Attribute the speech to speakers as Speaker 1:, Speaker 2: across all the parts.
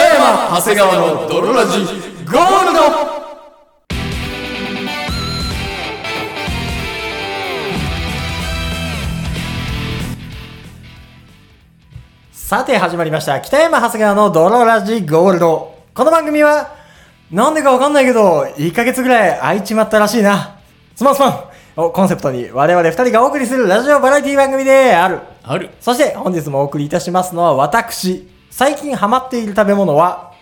Speaker 1: 山長谷川の泥ラジゴールド
Speaker 2: さて始まりました北山長谷川の泥ラジゴールドこの番組はなんでかわかんないけど1ヶ月ぐらい空いちまったらしいなすまんすまんをコンセプトに我々2人がお送りするラジオバラエティ番組である
Speaker 1: ある
Speaker 2: そして本日もお送りいたしますのは私最近ハマっている食べ物は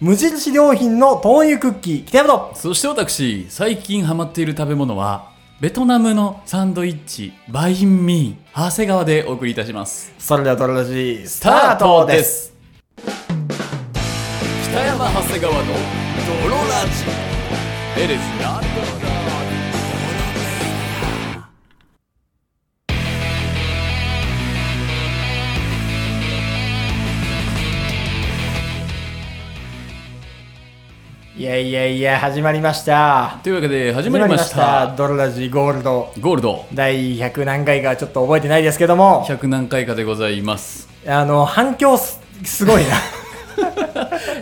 Speaker 2: 無印良品の豆乳クッキー北山と
Speaker 1: そして私最近ハマっている食べ物はベトナムのサンドイッチバインミー長谷川でお送りいたします
Speaker 2: それでは泥ラジス
Speaker 1: ス
Speaker 2: タートです
Speaker 1: 北山長谷川の泥ラジ It is not
Speaker 2: いやいやいや始まりました
Speaker 1: というわけで始まりました
Speaker 2: ドロラジゴールド
Speaker 1: ゴールド
Speaker 2: 第100何回かちょっと覚えてないですけども
Speaker 1: 100何回かでござい ます
Speaker 2: あの反響すすごいな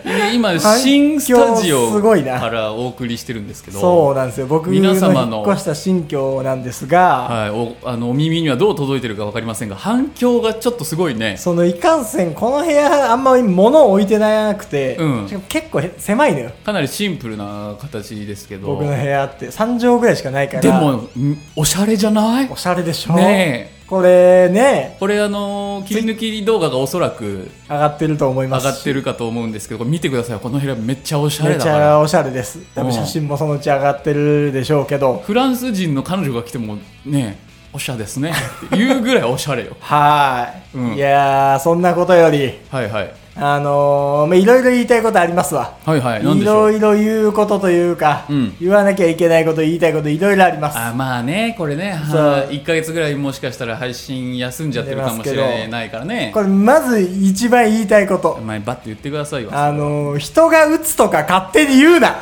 Speaker 1: で今
Speaker 2: 響
Speaker 1: 新スタジオ
Speaker 2: すごいな
Speaker 1: からお送りしてるんですけ ど
Speaker 2: そうなんですよ僕の
Speaker 1: 皆様の
Speaker 2: 引っ越した新居なんですが、
Speaker 1: はい、おあのお耳にはどう届いてるか分かりませんが反響がちょっとすごいね
Speaker 2: そのいかんせんこの部屋あんまり物を置いてなくて、
Speaker 1: うん
Speaker 2: しかも結構へ狭いのよ
Speaker 1: かなりシンプルな形ですけど
Speaker 2: 僕の部屋って3畳ぐらいしかないから
Speaker 1: でもんおしゃれじゃない
Speaker 2: おしゃれでしょ
Speaker 1: ねえ
Speaker 2: これね
Speaker 1: これあの切り抜き動画がおそらく
Speaker 2: 上がってると思いま
Speaker 1: 上
Speaker 2: す
Speaker 1: がって
Speaker 2: る
Speaker 1: るかと思うんですけどこれ見てくださいこの部屋めっちゃおしゃ
Speaker 2: め
Speaker 1: れ
Speaker 2: っ
Speaker 1: だ
Speaker 2: ち
Speaker 1: から
Speaker 2: ゃおしゃれです多
Speaker 1: うん
Speaker 2: 分写真もそのうち上がってるでしょうけど
Speaker 1: フランス人の彼女が来てもねおしゃですねっていうぐらいおしゃれよ
Speaker 2: はーい、
Speaker 1: うん
Speaker 2: いやーそんなことより
Speaker 1: はいはい
Speaker 2: あのーまあ、いろいろ言いたいことありますわ。
Speaker 1: はいはい
Speaker 2: い
Speaker 1: 何でしょ
Speaker 2: ろ
Speaker 1: う
Speaker 2: いろ言うことというか、
Speaker 1: うん
Speaker 2: 言わなきゃいけないこと、言いたいこと、いろいろあります。
Speaker 1: あまあねこれね
Speaker 2: そう
Speaker 1: 1か月ぐらいもしかしたら配信休んじゃってるかもし
Speaker 2: 出ますけ
Speaker 1: れ
Speaker 2: ど
Speaker 1: ないからね
Speaker 2: これ、まず一番言いたいこと
Speaker 1: お。前バッて言ってくださいよ
Speaker 2: あのー人が打つとか勝手に言う な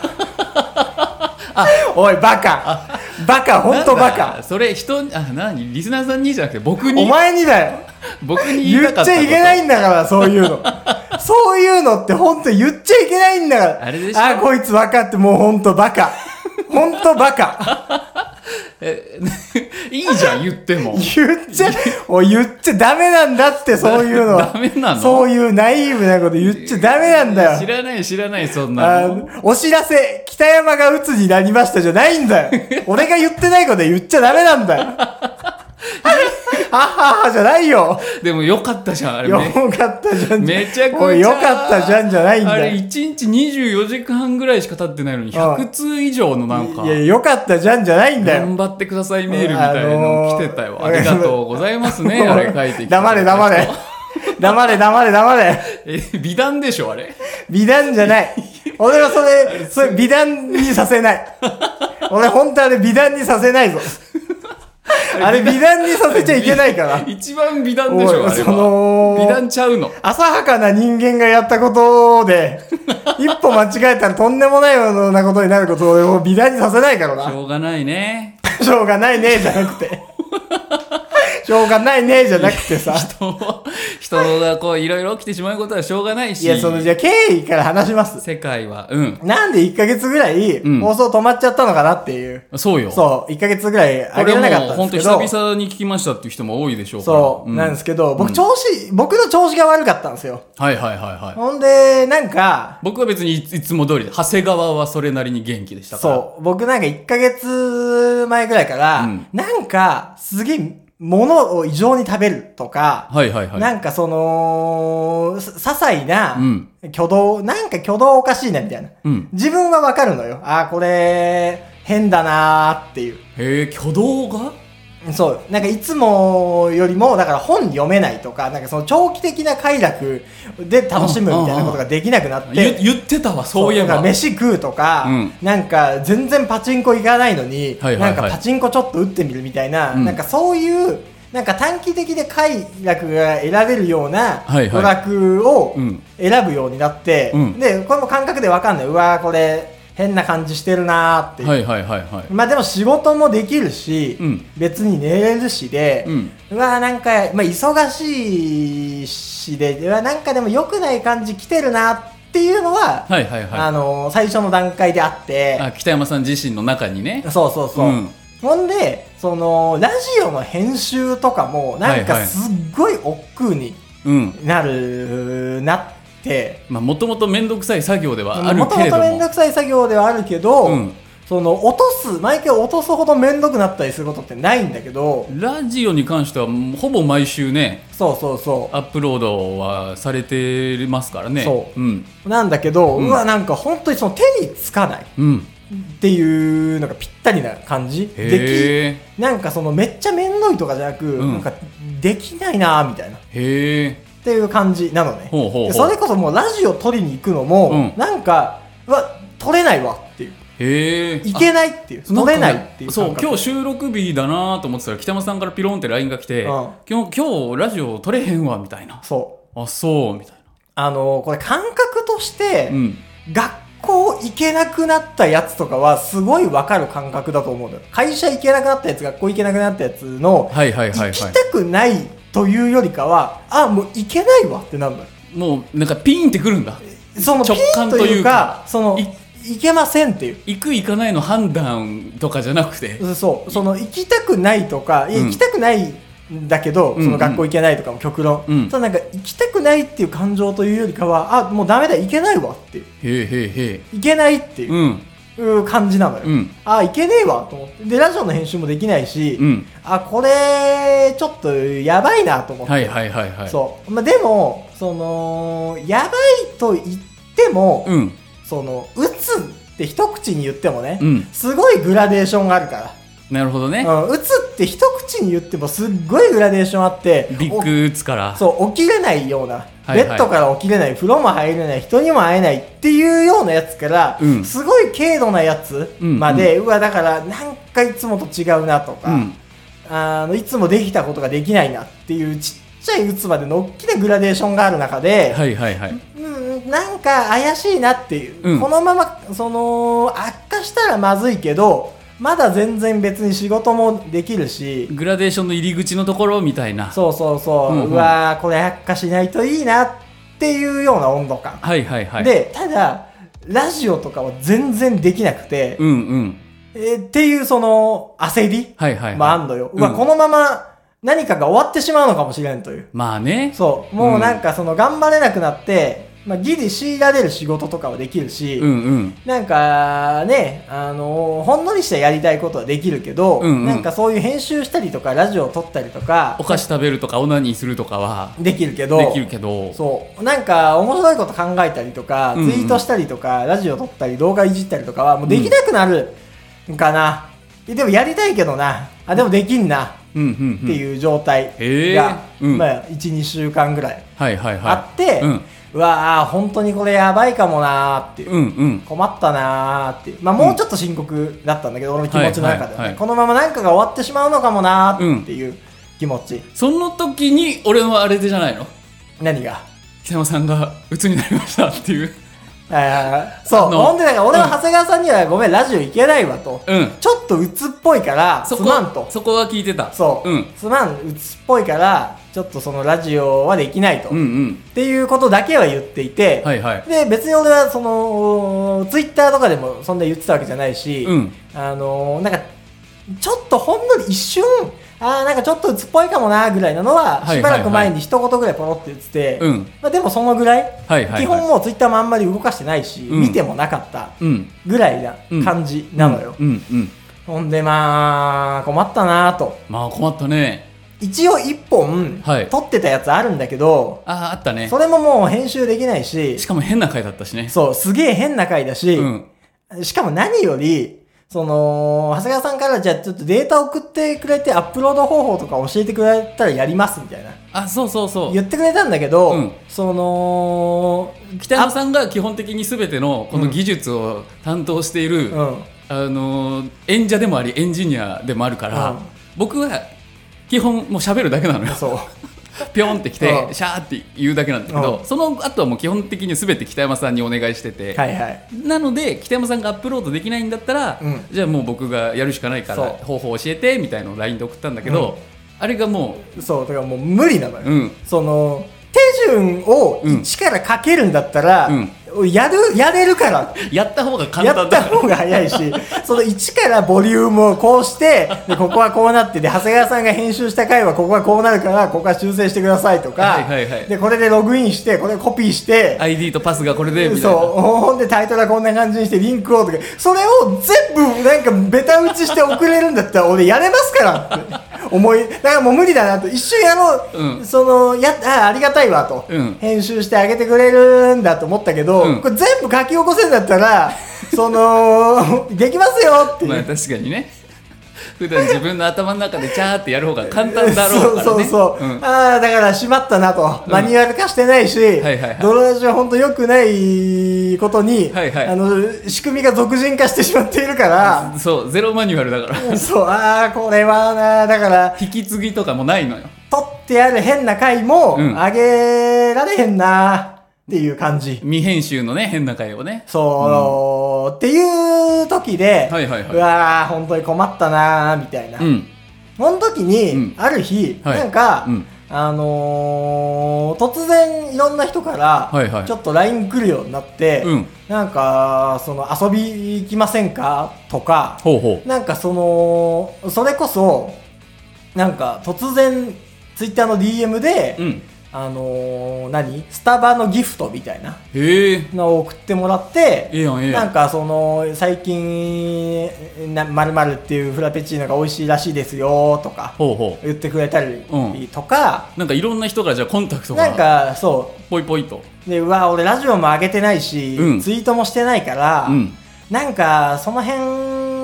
Speaker 2: おい、バカバカ、ほんとバ
Speaker 1: なんだ
Speaker 2: カ
Speaker 1: それ人にあ何リスナーさんにじゃなくて僕に
Speaker 2: お前にだよ
Speaker 1: 僕に言い
Speaker 2: 言
Speaker 1: た
Speaker 2: っ
Speaker 1: かった
Speaker 2: ちゃいけないんだから、そういう の。そういうのって本当に言っちゃいけないんだから。
Speaker 1: あれでしょ
Speaker 2: あ、こいつ分かって、もう本当バカ。本当バカ。
Speaker 1: えいいじゃん言っても
Speaker 2: 言っちゃ、おい言っちゃダメなんだって、そういうのは。
Speaker 1: ダメなの
Speaker 2: そういうナイーブなこと言っちゃダメなんだ
Speaker 1: 知
Speaker 2: よ。
Speaker 1: らない知らないそんな
Speaker 2: あ
Speaker 1: の
Speaker 2: のお知らせ、北山が鬱になりましたじゃないんだ よ。俺が言ってないこと言っちゃダメなんだよ。はははじゃないよ。
Speaker 1: でもよかったじゃんあれ
Speaker 2: よ
Speaker 1: め
Speaker 2: かったじゃん。
Speaker 1: めちゃくちゃ
Speaker 2: おいよかったじゃんじゃないんだ
Speaker 1: あれ
Speaker 2: よ。
Speaker 1: 1日24時間ぐらいしか経ってないのに100通以上のなんか
Speaker 2: いや、よかったじゃんじゃないんだよ。
Speaker 1: 頑張ってくださいメールみたいなの来てたよ、
Speaker 2: あの
Speaker 1: あ
Speaker 2: ー
Speaker 1: りがとうございます ねあれ書いてきて
Speaker 2: 黙れ黙れ。黙れ黙れ黙れ。
Speaker 1: え美談でしょあれ
Speaker 2: 美談じゃない。俺はそれ、それ美談にさせない。俺本当あれ美談にさせないぞ。あれ美談にさせちゃいけないから。
Speaker 1: 一番美談でし
Speaker 2: お
Speaker 1: ょ
Speaker 2: い
Speaker 1: あれ
Speaker 2: その
Speaker 1: は美談ちゃうの
Speaker 2: 浅はかな人間がやったことで、一歩間違えたらとんでもないようなことになることを俺もう美談にさせないから
Speaker 1: し
Speaker 2: な。
Speaker 1: ょうがないね
Speaker 2: しょうがないねじゃなくて。しょうがないねじゃなくてさ。
Speaker 1: 人も 人がこういろいろ起きてしまうことはしょうがないし
Speaker 2: いや、そのじゃあ経緯から話します。
Speaker 1: 世界はうん
Speaker 2: なんで1ヶ月ぐらい
Speaker 1: ん
Speaker 2: 放送止まっちゃったのかなっていう。
Speaker 1: そうよ
Speaker 2: そう、1ヶ月ぐらい
Speaker 1: こ
Speaker 2: 上げ
Speaker 1: れ
Speaker 2: られなか
Speaker 1: も
Speaker 2: ったん
Speaker 1: 本
Speaker 2: で
Speaker 1: 当
Speaker 2: すけど。
Speaker 1: 久々に聞きましたっていう人も多いでしょうから
Speaker 2: そう、
Speaker 1: ん
Speaker 2: なんですけど、僕調子、僕の調子が悪かったんですよ。
Speaker 1: はいはいはいはい
Speaker 2: ほんで、なんか、
Speaker 1: 僕は別にいいつも通りで長谷川はそれなりに元気でしたから
Speaker 2: そう、僕なんか1ヶ月前ぐらいから、
Speaker 1: うん
Speaker 2: なんか、すげえ、物を異常に食べるとか、
Speaker 1: はいはいはい
Speaker 2: なんかその、さ些細な
Speaker 1: うん
Speaker 2: 挙動、なんか挙動おかしいなみたいな。
Speaker 1: うん
Speaker 2: 自分はわかるのよ。あーこれ、変だなーっていう。
Speaker 1: へえ挙動が
Speaker 2: そう。なんかいつもよりも、だから本読めないとか、なんかその長期的な快楽で楽しむみたいなことができなくなっ
Speaker 1: ゆ
Speaker 2: て、
Speaker 1: 言ってたわそういえ
Speaker 2: なん
Speaker 1: ば
Speaker 2: か飯食うとか、
Speaker 1: うん
Speaker 2: なんか全然パチンコ行かないのに、
Speaker 1: はいはいはい
Speaker 2: なんかパチンコちょっと打ってみるみたいな、
Speaker 1: うん
Speaker 2: なんかそういう、なんか短期的で快楽が得られるような
Speaker 1: はい
Speaker 2: 娯
Speaker 1: はい
Speaker 2: 楽を
Speaker 1: うん
Speaker 2: 選ぶようになって、
Speaker 1: うん
Speaker 2: で、これも感覚でわかんない。うわーこれ変な感じしてるなーっていう。
Speaker 1: はいはいはいはい
Speaker 2: まあでも仕事もできるし、
Speaker 1: うん
Speaker 2: 別に寝れるしで、
Speaker 1: うん
Speaker 2: まあなんか、まあ、忙しいしで、うわなんかでも良くない感じ来てるなっっていうのは、
Speaker 1: はいはい
Speaker 2: あ
Speaker 1: は
Speaker 2: の最初の段階であって
Speaker 1: い。あ、北山さん自身の中にね。
Speaker 2: そうそうそう、
Speaker 1: うん
Speaker 2: ほんでそのラジオの編集とかもなん
Speaker 1: はい
Speaker 2: か
Speaker 1: はい
Speaker 2: すっごい億劫に
Speaker 1: うん。
Speaker 2: なるなって、
Speaker 1: まあ、もともとめんどくさい作業ではある
Speaker 2: もと
Speaker 1: け
Speaker 2: も
Speaker 1: れど
Speaker 2: と
Speaker 1: も。
Speaker 2: 面倒くさい作業ではあるけど、
Speaker 1: うん。
Speaker 2: その落とす毎回落とすほど面倒くなったりすることってないんだけど
Speaker 1: ラジオに関してはほぼ毎週ね
Speaker 2: そうそうそ
Speaker 1: アップロードはされてますからね
Speaker 2: そう、
Speaker 1: ん
Speaker 2: うなんだけど、
Speaker 1: う
Speaker 2: うんわなんか本当にその手につかないっ
Speaker 1: うん、
Speaker 2: ていうのがぴったりな感じで
Speaker 1: へ
Speaker 2: きなんかそのめっちゃ面倒いとかじゃなく、
Speaker 1: うん
Speaker 2: なんかできないなみたいなっ
Speaker 1: えへえ
Speaker 2: ていう感じなのね
Speaker 1: ほうほうほう
Speaker 2: でそれこそもうラジオ撮りに行くのも、
Speaker 1: うん
Speaker 2: なんかうわ撮れないわっていう
Speaker 1: へえ
Speaker 2: いけないっていう撮れないってい
Speaker 1: んかね
Speaker 2: う
Speaker 1: そう今
Speaker 2: 日
Speaker 1: 日収録日だなと思ってたら北山さんからピロンって LINE が来て、
Speaker 2: うん
Speaker 1: 今日今日ラジオ撮れへんわみたいな
Speaker 2: そう
Speaker 1: あそうみたい
Speaker 2: あのこれ感覚として、
Speaker 1: なうん
Speaker 2: 学校行けなくなったやつとかはすごいわかる感覚だと思うのよ。会社行けなくなったやつ、学校行けなくなったやつの、
Speaker 1: はいはいは
Speaker 2: 行
Speaker 1: いはい
Speaker 2: きたくないというよりかは、あ、もう行けないわってなるのよ。
Speaker 1: もうなんかピーンってくるんだ
Speaker 2: そのピ
Speaker 1: 直感
Speaker 2: ンと
Speaker 1: とい
Speaker 2: いうう
Speaker 1: か
Speaker 2: か、その、
Speaker 1: い
Speaker 2: い行けませんっていう。
Speaker 1: 行く行かないの判断とかじゃなくて
Speaker 2: そう、その行きたくないとか、いや
Speaker 1: うん
Speaker 2: 行きたくないんだけど、
Speaker 1: うん
Speaker 2: その学校行けないとかも極論。
Speaker 1: うん
Speaker 2: ただなんか行きたくないっていう感情というよりかは、あ、もうダメだ、行けないわっていう。
Speaker 1: へえへえへえ
Speaker 2: 行けないっていう
Speaker 1: うん
Speaker 2: う感じなのよ。
Speaker 1: うん
Speaker 2: あ、いけねえわと思って。で、ラジオの編集もできないし、
Speaker 1: うん
Speaker 2: あ、これ、ちょっとやばいなと思って。
Speaker 1: はいはいはいはい
Speaker 2: そう。まあ、でも、その、やばいと言っても、
Speaker 1: うん
Speaker 2: その、打つって一口に言ってもね、
Speaker 1: うん
Speaker 2: すごいグラデーションがあるか
Speaker 1: なるほどね
Speaker 2: ら。うん、打つって一口に言ってもすっごいグラデーションあって、
Speaker 1: ビッグ打つから
Speaker 2: おそう、起きれないような、
Speaker 1: はいはい
Speaker 2: ベッドから起きれない、風呂も入れない、人にも会えないっていうようなやつから、
Speaker 1: うん
Speaker 2: すごい軽度なやつまで、うわ、だから、なんかいつもと違うなとか、
Speaker 1: うん
Speaker 2: あのいつもできたことができないなっていうちっちゃい打つまでの大きなグラデーションがある中で、
Speaker 1: はいはいはい
Speaker 2: うん、なんか怪しいなっていう、
Speaker 1: うん
Speaker 2: このままその悪化したらまずいけどまだ全然別に仕事もできるし
Speaker 1: グラデーションの入り口のところみたいな
Speaker 2: そうそうそう、
Speaker 1: う
Speaker 2: うん
Speaker 1: うん
Speaker 2: わーこれ悪化しないといいなっていうような温度感、
Speaker 1: はいはいはい
Speaker 2: でただラジオとかは全然できなくて、
Speaker 1: うんうん
Speaker 2: えーっていうその焦り
Speaker 1: はいはいはい
Speaker 2: もあんのよ、
Speaker 1: うん
Speaker 2: うわこのまま何かが終わってしまうのかもしれんという
Speaker 1: まあね
Speaker 2: そう、もうなんかその頑張れなくなって、まあ、ギリ強いられる仕事とかはできるし、
Speaker 1: うんうん
Speaker 2: なんかね、あのーほんのりしたやりたいことはできるけど、
Speaker 1: うんうん
Speaker 2: なんかそういう編集したりとか、ラジオを撮ったりとか
Speaker 1: お、菓子食べるとかオナニーするとかは
Speaker 2: できるけど、
Speaker 1: できるけど
Speaker 2: そう、なんか面白いこと考えたりとか、
Speaker 1: うんうん
Speaker 2: ツイートしたりとか、ラジオ撮ったり、動画いじったりとかは、もうできなくなるんかな。でもやりたいけどな。あ、でもできんな。
Speaker 1: うんうんうん
Speaker 2: っていう状態
Speaker 1: へえ
Speaker 2: が、
Speaker 1: うん
Speaker 2: まあ、1、2週間ぐらい
Speaker 1: はいはいはい
Speaker 2: あって、
Speaker 1: うん
Speaker 2: うわあ本当にこれやばいかもなーっていう、
Speaker 1: うんうん
Speaker 2: 困ったなーっていうまあもうちょっと深刻だったんだけど、俺の気持ちの中ではね、
Speaker 1: はいはいはい
Speaker 2: このままなんかが終わってしまうのかもなーっていう気持ち、
Speaker 1: その時に俺はあれでじゃないの
Speaker 2: 何が
Speaker 1: 北山さんが鬱になりましたっていう
Speaker 2: あー
Speaker 1: あ
Speaker 2: そう
Speaker 1: の
Speaker 2: ほんでなんか俺は
Speaker 1: うん
Speaker 2: 長谷川さんには、ごめんラジオ行けないわと、
Speaker 1: うん
Speaker 2: ちょっと鬱っぽいから
Speaker 1: そ
Speaker 2: す
Speaker 1: こ
Speaker 2: まんと
Speaker 1: そこは聞いてた
Speaker 2: そう、
Speaker 1: うん
Speaker 2: すまん鬱っぽいからちょっとそのラジオはできないと、
Speaker 1: うん
Speaker 2: っ
Speaker 1: うん
Speaker 2: ていうことだけは言っていて、
Speaker 1: はいはい
Speaker 2: で別に俺はそのツイッターとかでもそんな言ってたわけじゃないし、
Speaker 1: うん
Speaker 2: あのーなんかちょっとほんのり一瞬あーなんかちょっと鬱っぽいかもなぐらいなのは
Speaker 1: はいはいはい
Speaker 2: しばらく前に一言ぐらいポロって言ってて、
Speaker 1: うん
Speaker 2: まあ、でもそのぐらい、
Speaker 1: はいはいはい
Speaker 2: 基本もうツイッターもあんまり動かしてないし、
Speaker 1: うん
Speaker 2: 見てもなかった
Speaker 1: うん
Speaker 2: ぐらいな感じなのよ、
Speaker 1: うんうん
Speaker 2: ほんでまあ困ったなと
Speaker 1: まあ困ったね
Speaker 2: 一応一本
Speaker 1: はい
Speaker 2: 撮ってたやつあるんだけど、
Speaker 1: あああったね
Speaker 2: それももう編集できないし
Speaker 1: しかも変な回だったしね
Speaker 2: そうすげえ変な回だし、
Speaker 1: うん
Speaker 2: しかも何より、その、長谷川さんからじゃあちょっとデータ送ってくれてアップロード方法とか教えてくれたらやりますみたいな。
Speaker 1: あそうそうそう
Speaker 2: 言ってくれたんだけど、
Speaker 1: うん
Speaker 2: その、
Speaker 1: 北山さんが基本的に全てのこの技術を担当している、
Speaker 2: うん。
Speaker 1: あのー演者でもありエンジニアでもあるから、
Speaker 2: うん
Speaker 1: 僕は基本もう喋るだけなの よ
Speaker 2: そう。
Speaker 1: ピョンってきて、
Speaker 2: うん
Speaker 1: シャーって言うだけなんだけど、
Speaker 2: う
Speaker 1: その後はもう基本的に全て北山さんにお願いしてて、
Speaker 2: はいはい。
Speaker 1: なので北山さんがアップロードできないんだったら、
Speaker 2: うん
Speaker 1: じゃあもう僕がやるしかないから
Speaker 2: そう
Speaker 1: 方法教えてみたいのを LINE で送ったんだけど、あれがも
Speaker 2: そう、だからもう無理なのよ。
Speaker 1: う、うん、
Speaker 2: その、手順を
Speaker 1: うん
Speaker 2: 一から書けるんだったら、
Speaker 1: うん
Speaker 2: やる、やれるから。
Speaker 1: やった方が簡
Speaker 2: やっ
Speaker 1: 単だ
Speaker 2: た
Speaker 1: から
Speaker 2: 方が早い し、その1からボリュームをこうして、でここはこうなって、で、長谷川さんが編集した回はここはこうなるから、ここは修正してくださいとか、
Speaker 1: はいはいはい
Speaker 2: で、これでログインして、これコピーして、
Speaker 1: ID とパスがこれでみたい
Speaker 2: そう
Speaker 1: な、
Speaker 2: ほんでタイトルはこんな感じにして、リンクをとか、それを全部なんかベタ打ちして送れるんだったら、俺やれますからって思い、だからもう無理だなと、一瞬やろう、
Speaker 1: うん
Speaker 2: その、や、あありがたいわと、
Speaker 1: うん
Speaker 2: 編集してあげてくれるんだと思ったけど、
Speaker 1: うん
Speaker 2: これ全部書き起こせんだったら、その、 できますよっていう。
Speaker 1: まあ確かにね普段自分の頭の中でチャーってやる方が簡単だろうか らね
Speaker 2: そうそうそう、
Speaker 1: ん
Speaker 2: ああだからしまったなと、
Speaker 1: うん
Speaker 2: マニュアル化してないし、
Speaker 1: はいはい
Speaker 2: ドロラジは本当良くないことに、
Speaker 1: はいはい
Speaker 2: あの仕組みが俗人化してしまっているから、
Speaker 1: そうゼロマニュアルだか ら
Speaker 2: そうああこれはなだから
Speaker 1: 引き継ぎとかもないのよ
Speaker 2: 撮ってある変な回も
Speaker 1: うん
Speaker 2: 上げられへんなっていう感じ、
Speaker 1: 未編集のね変な回をね
Speaker 2: そう、っていう時で、
Speaker 1: はいはいはいう
Speaker 2: わあ本当に困ったなーみたいな、
Speaker 1: うん
Speaker 2: その時に、
Speaker 1: うん
Speaker 2: ある日、
Speaker 1: はい
Speaker 2: なんか、
Speaker 1: うん
Speaker 2: あのー突然いろんな人から、
Speaker 1: はいはい
Speaker 2: ちょっと LINE 来るようになって、
Speaker 1: うん
Speaker 2: なんか、その遊び行きませんかとか、
Speaker 1: ほうほう
Speaker 2: なんかその、それこそ、なんか突然、Twitter の DM で、
Speaker 1: うん
Speaker 2: あのー何スタバのギフトみたいな
Speaker 1: へえ
Speaker 2: のを送ってもらって、
Speaker 1: ええやんええや
Speaker 2: なんんかその最近まるまるっていうフラペチーノが美味しいらしいですよとか
Speaker 1: ほうほ
Speaker 2: 言ってくれたり
Speaker 1: うん
Speaker 2: とか、
Speaker 1: うなんかいろんな人からじゃあコンタクト
Speaker 2: なん
Speaker 1: が
Speaker 2: かそ
Speaker 1: ポイポイと
Speaker 2: うでうわ俺ラジオも上げてないし、
Speaker 1: うん
Speaker 2: ツイートもしてないから、
Speaker 1: うん
Speaker 2: なんかその辺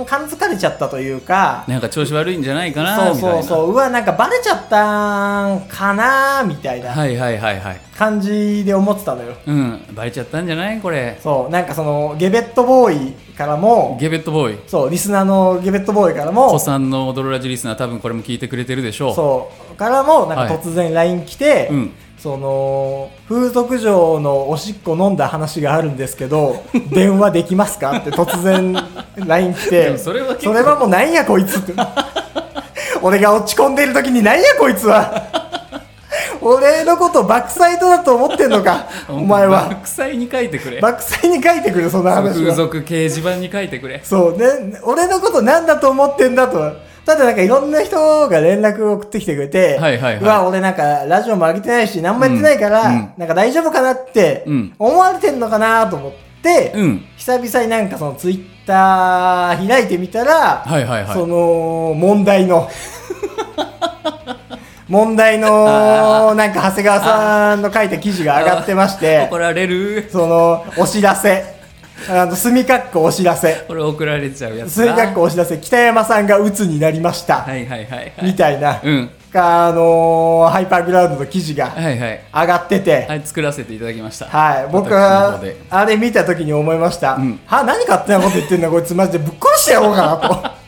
Speaker 2: 感づかれちゃったというか、
Speaker 1: なんか調子悪いんじゃないかな
Speaker 2: そう
Speaker 1: みたい
Speaker 2: そ
Speaker 1: な
Speaker 2: うそううわなんかバレちゃったんかなみたいな
Speaker 1: はいはいはいはい
Speaker 2: 感じで思ってたのよ、
Speaker 1: うんバレちゃったんじゃないこれ
Speaker 2: そうなんかそのゲベットボーイからも
Speaker 1: ゲベットボーイ
Speaker 2: そうリスナーのゲベットボーイからも
Speaker 1: 子さんの「ドロラジ」リスナー多分これも聞いてくれてるでしょう
Speaker 2: そうからもなんか
Speaker 1: はい
Speaker 2: 突然 LINE 来て、
Speaker 1: うん
Speaker 2: その風俗嬢のおしっこ飲んだ話があるんですけ ど電話できますかって突然 LINE 来
Speaker 1: で
Speaker 2: て
Speaker 1: もそれは結
Speaker 2: そ
Speaker 1: 構
Speaker 2: れはもうなんやこいつって俺が落ち込んでる時になんやこいつは俺のことバックサイトだと思ってんの かお前
Speaker 1: バ
Speaker 2: は
Speaker 1: クサイに書いてくれ
Speaker 2: バックサイに書いてくるその話は
Speaker 1: 風俗掲示板に書いてくれ
Speaker 2: そうね、俺のことなんだと思ってんだと。ただなんかいろんな人が連絡を送ってきてくれて、
Speaker 1: はいはいはいう
Speaker 2: わ、俺なんかラジオも上げてないし、何もやってないから、
Speaker 1: うんうん
Speaker 2: なんか大丈夫かなって
Speaker 1: うん、
Speaker 2: 思われてんのかなと思って、
Speaker 1: うん
Speaker 2: 久々になんかそのツイッター開いてみたら、
Speaker 1: はいはいはい
Speaker 2: その問題 の、問題の、なんか長谷川さんの書いた記事が上がってまして、
Speaker 1: 怒られる
Speaker 2: その、お知らせ、あの、墨かっこお知らせ。
Speaker 1: これ送られちゃうやつ
Speaker 2: 数
Speaker 1: だ
Speaker 2: 学お知らせ北山さんが鬱になりました、
Speaker 1: はいはいはいは
Speaker 2: み
Speaker 1: い
Speaker 2: たいな、
Speaker 1: うん
Speaker 2: かあのーハイパーグラウンドの記事が
Speaker 1: はいはい
Speaker 2: 上がってて、はい
Speaker 1: はい作らせていただきました
Speaker 2: 僕
Speaker 1: 私の
Speaker 2: は
Speaker 1: 方で
Speaker 2: あれ見た時に思いました、
Speaker 1: ん
Speaker 2: は何勝手なこと言ってんだこいつマジでぶっ殺してやろうか なと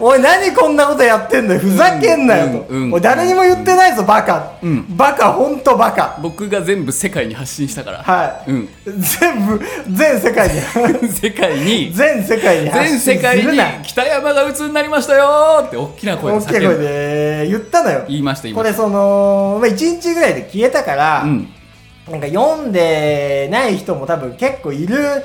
Speaker 2: おい何こんなことやってんだよふざけんなよと、
Speaker 1: うんうんうん
Speaker 2: おい誰にも言ってないぞバカ、
Speaker 1: ん
Speaker 2: バカほんとバカ
Speaker 1: 僕が全部世界に発信したから
Speaker 2: はい、
Speaker 1: うん
Speaker 2: 全部全世 界に
Speaker 1: 世界に
Speaker 2: 全世界に発信
Speaker 1: 全
Speaker 2: する
Speaker 1: 世
Speaker 2: な
Speaker 1: 界に北山が鬱になりましたよーって大きな声
Speaker 2: 大
Speaker 1: で
Speaker 2: きい
Speaker 1: 叫
Speaker 2: 声
Speaker 1: んで
Speaker 2: で言ったのよ
Speaker 1: 言いました言い
Speaker 2: こ
Speaker 1: ま
Speaker 2: れ
Speaker 1: した
Speaker 2: その、まあ、1日ぐらいで消えたから、
Speaker 1: うん
Speaker 2: なんか読んでない人も多分結構いる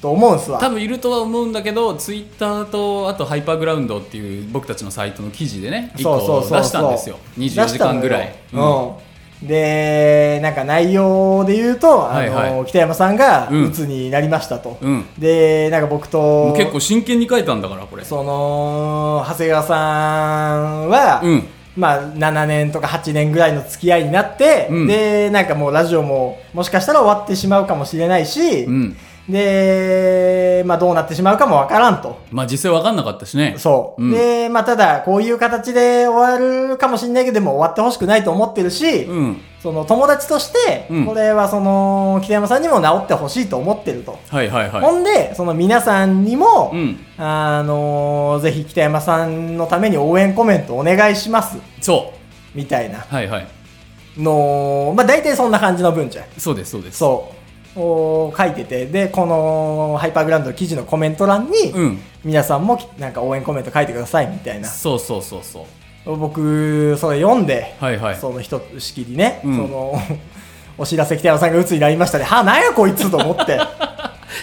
Speaker 2: と思うんすわ
Speaker 1: 多分いるとは思うんだけどツイッターとあとハイパーグラウンドっていう僕たちのサイトの記事でね一
Speaker 2: そうそうそ
Speaker 1: 個
Speaker 2: うそう
Speaker 1: 出したんですよ24時間ぐらい
Speaker 2: 出したのようん、でなんか内容で言うと、あの
Speaker 1: はいは
Speaker 2: 北山さんが
Speaker 1: うん
Speaker 2: 鬱になりましたと、
Speaker 1: うん
Speaker 2: でなんか僕
Speaker 1: も
Speaker 2: と
Speaker 1: う結構真剣に書いたんだからこれ
Speaker 2: その長谷川さんは、
Speaker 1: うん
Speaker 2: まあ、7年とか8年ぐらいの付き合いになって、
Speaker 1: うん
Speaker 2: でなんかもうラジオももしかしたら終わってしまうかもしれないし、
Speaker 1: うん
Speaker 2: で、まあ、どうなってしまうかもわからんと。
Speaker 1: まあ実際分かんなかったしね
Speaker 2: そう。
Speaker 1: うん
Speaker 2: で、まあ、ただ、こういう形で終わるかもしれないけど、でも終わってほしくないと思ってるし、
Speaker 1: うん
Speaker 2: その友達として
Speaker 1: うん、
Speaker 2: これはその、北山さんにも治ってほしいと思ってると。
Speaker 1: はいはいは
Speaker 2: ほんで、その皆さんにも、
Speaker 1: いうん
Speaker 2: あのぜひ北山さんのために応援コメントお願いします、
Speaker 1: そ
Speaker 2: みたいな
Speaker 1: うはいはい
Speaker 2: のを、まあ、大体そんな感じの文じゃん。
Speaker 1: そうですそうです
Speaker 2: そう。を書いてて、で、このハイパーグラウンドの記事のコメント欄に、
Speaker 1: うん
Speaker 2: 皆さんもきなんか応援コメント書いてくださいみたいな
Speaker 1: そうそうそうそう
Speaker 2: 僕それ読んで、
Speaker 1: はいはい
Speaker 2: そのひとしきりね、
Speaker 1: うん
Speaker 2: そのお知らせ北山さんが鬱になりましたね。はあ、なんやこいつと思 って。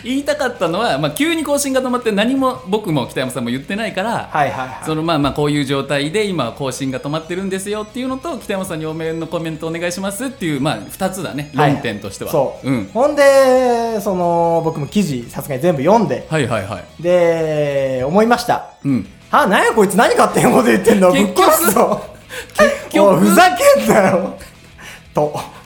Speaker 1: 言いたかったのは、まあ、急に更新が止まって何も僕も北山さんも言ってないから、
Speaker 2: はいはいはい。
Speaker 1: そのまあまあこういう状態で今更新が止まってるんですよっていうのと北山さんにお面のコメントお願いしますっていうまあ2つだね
Speaker 2: はい
Speaker 1: 論点としては、
Speaker 2: そう、
Speaker 1: ん、
Speaker 2: ほんでその僕も記事さすがに全部読んで
Speaker 1: はいはいはい
Speaker 2: で思いました
Speaker 1: うん
Speaker 2: あなんやこいつ何勝手なこと言ってんのぶっ
Speaker 1: 結局
Speaker 2: 殺すぞ
Speaker 1: 結
Speaker 2: おい
Speaker 1: 局
Speaker 2: ふざけんなよと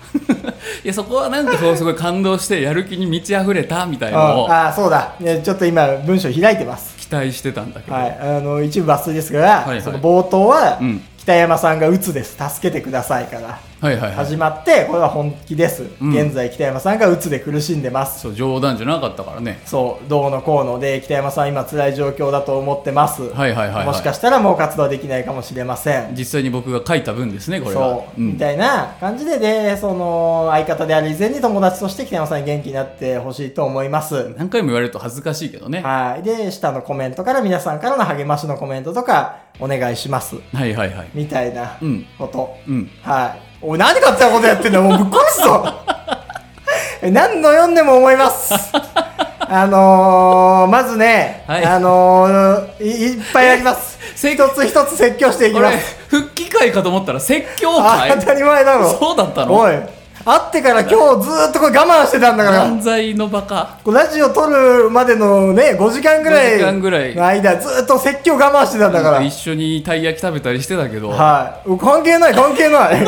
Speaker 1: いやそこはなんかこうすごい感動してやる気に満ち溢れたみたいなのを
Speaker 2: ああそうだ、ね、ちょっと今文章開いてます
Speaker 1: 期待してたんだけど、
Speaker 2: はい、あの一部抜粋ですが、
Speaker 1: いはい
Speaker 2: その冒頭は、
Speaker 1: うん
Speaker 2: 北山さんが鬱です助けてくださいから
Speaker 1: はいはいはい
Speaker 2: 始まってこれは本気です、
Speaker 1: うん
Speaker 2: 現在北山さんが鬱で苦しんでます
Speaker 1: そう冗談じゃなかったからね
Speaker 2: そうどうのこうので北山さん今辛い状況だと思ってます、
Speaker 1: はいはいはいはい
Speaker 2: もしかしたらもう活動できないかもしれません
Speaker 1: 実際に僕が書いた文ですねこれは
Speaker 2: そう、
Speaker 1: ん
Speaker 2: みたいな感じででその相方である以前に友達として北山さんに元気になってほしいと思います
Speaker 1: 何回も言われると恥ずかしいけどねは
Speaker 2: はいで下のコメントから皆さんからの励ましのコメントとかお願いします
Speaker 1: いはいはい
Speaker 2: みたいな
Speaker 1: うん
Speaker 2: こと、
Speaker 1: うん
Speaker 2: はいおい何勝手なことやってんだよもうぶっ殺すぞ え何の読んでも思います あのー、まずね、
Speaker 1: はい
Speaker 2: あのー、いいっぱいあります
Speaker 1: せ
Speaker 2: 一つ一つ説教していきま
Speaker 1: 俺
Speaker 2: す
Speaker 1: 復帰会かと思ったら説教
Speaker 2: あ
Speaker 1: 会
Speaker 2: 当たり前だろ
Speaker 1: そうだったの
Speaker 2: おい会ってから今日ずーっとこれ我慢してたんだから
Speaker 1: 犯罪のバカ
Speaker 2: こうラジオ撮るまでのね5時間ぐら
Speaker 1: 5時間ぐら
Speaker 2: い
Speaker 1: い
Speaker 2: の間ずーっと説教我慢してたんだから
Speaker 1: 一緒にたい焼き食べたりしてたけど、
Speaker 2: はい。関係ない、関係 ない。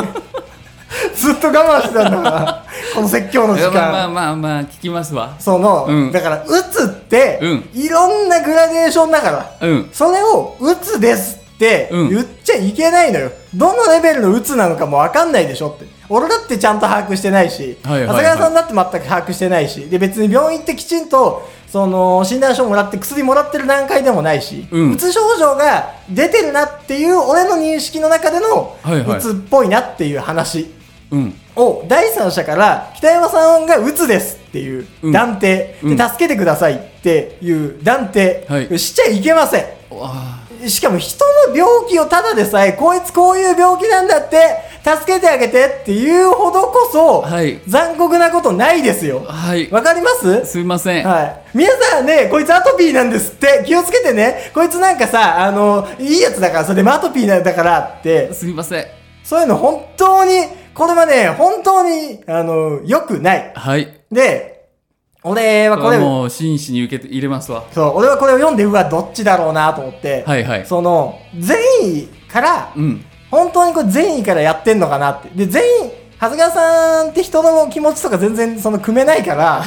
Speaker 2: ずっと我慢してたんだから、この説教の
Speaker 1: い
Speaker 2: 時
Speaker 1: や
Speaker 2: 間。
Speaker 1: まあまあまあまあ聞きますわ
Speaker 2: その、
Speaker 1: うん
Speaker 2: だから、鬱って、
Speaker 1: うん
Speaker 2: いろんなグラデーションだから、
Speaker 1: うん
Speaker 2: それを、鬱ですって
Speaker 1: うん
Speaker 2: 言っちゃいけないのよ。どのレベルの鬱なのかもわかんないでしょって。俺だってちゃんと把握してないし、
Speaker 1: はいはいはい
Speaker 2: 長谷川さんだって全く把握してないし、で、別に病院行ってきちんと、その、診断書もらって薬もらってる段階でもないし、
Speaker 1: うん
Speaker 2: うつ症状が出てるなっていう俺の認識の中での
Speaker 1: はいはいう
Speaker 2: つっぽいなっていう話
Speaker 1: うん
Speaker 2: を第三者から北山さんがうつですっていう
Speaker 1: うん
Speaker 2: 断定、
Speaker 1: うん
Speaker 2: で助けてくださいっていう断定、
Speaker 1: はい
Speaker 2: しちゃいけません
Speaker 1: あ
Speaker 2: しかも人の病気をただでさえこいつこういう病気なんだって助けてあげてっていうほどこそ、
Speaker 1: はい
Speaker 2: 残酷なことないですよ
Speaker 1: ーはい
Speaker 2: わかります
Speaker 1: すいません、
Speaker 2: はい。皆さんね、こいつアトピーなんですって、気をつけてね。こいつなんかさ、あの、いいやつだから、それでもアトピーなんだからって、
Speaker 1: すいません
Speaker 2: そういうの本当に、これはね、本当に、あの、良くない。
Speaker 1: はい
Speaker 2: で、俺はこれ、
Speaker 1: もう真摯に受けて入れますわ
Speaker 2: そう、俺はこれを読んで、うわ、どっちだろうなと思って、
Speaker 1: はいはい
Speaker 2: その、善意から、
Speaker 1: うん
Speaker 2: 本当にこれ善意からやってんのかなって。で、善意、長谷川さんって人の気持ちとか全然その組めないから、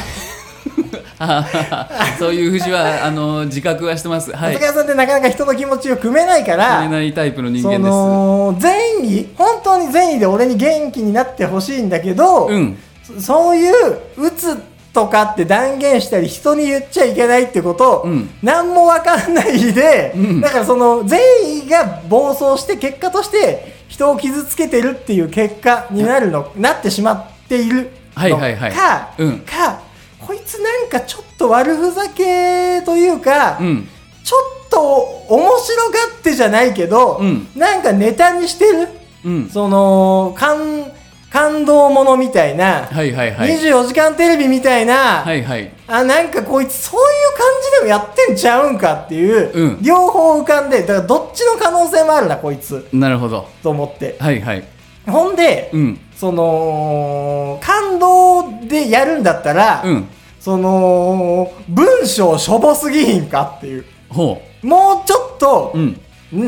Speaker 1: あははそういう節はあの自覚はしてますはい
Speaker 2: 長谷川さんってなかなか人の気持ちを組めないから、
Speaker 1: 止めないタイプの人
Speaker 2: そ
Speaker 1: 間で
Speaker 2: の善意本当に善意で俺に元気になってほしいんだけど、
Speaker 1: すうん
Speaker 2: そそういう鬱とかって断言したり人に言っちゃいけないってこと、
Speaker 1: うん
Speaker 2: 何も分かんないで、
Speaker 1: うん
Speaker 2: だからその善意が暴走して結果として人を傷つけてるっていう結果になるの、なってしまっているのか、
Speaker 1: はいはいはいうん
Speaker 2: かこいつなんかちょっと悪ふざけというか、
Speaker 1: うん
Speaker 2: ちょっと面白がってじゃないけど、
Speaker 1: うん
Speaker 2: なんかネタにしてる、
Speaker 1: うん
Speaker 2: その感感動ものみたいな、
Speaker 1: はいはいはい
Speaker 2: 24時間テレビみたいな、
Speaker 1: はいはい
Speaker 2: あなんかこいつそういう感じでもやってんちゃうんかっていう、
Speaker 1: うん
Speaker 2: 両方浮かんでだからどっちの可能性もあるなこいつ
Speaker 1: なるほど
Speaker 2: と思って
Speaker 1: はいはい
Speaker 2: ほんで、
Speaker 1: うん
Speaker 2: その感動でやるんだったら、
Speaker 1: うん
Speaker 2: その文章しょぼすぎひんかっていう
Speaker 1: ほ
Speaker 2: もうちょっと、
Speaker 1: うう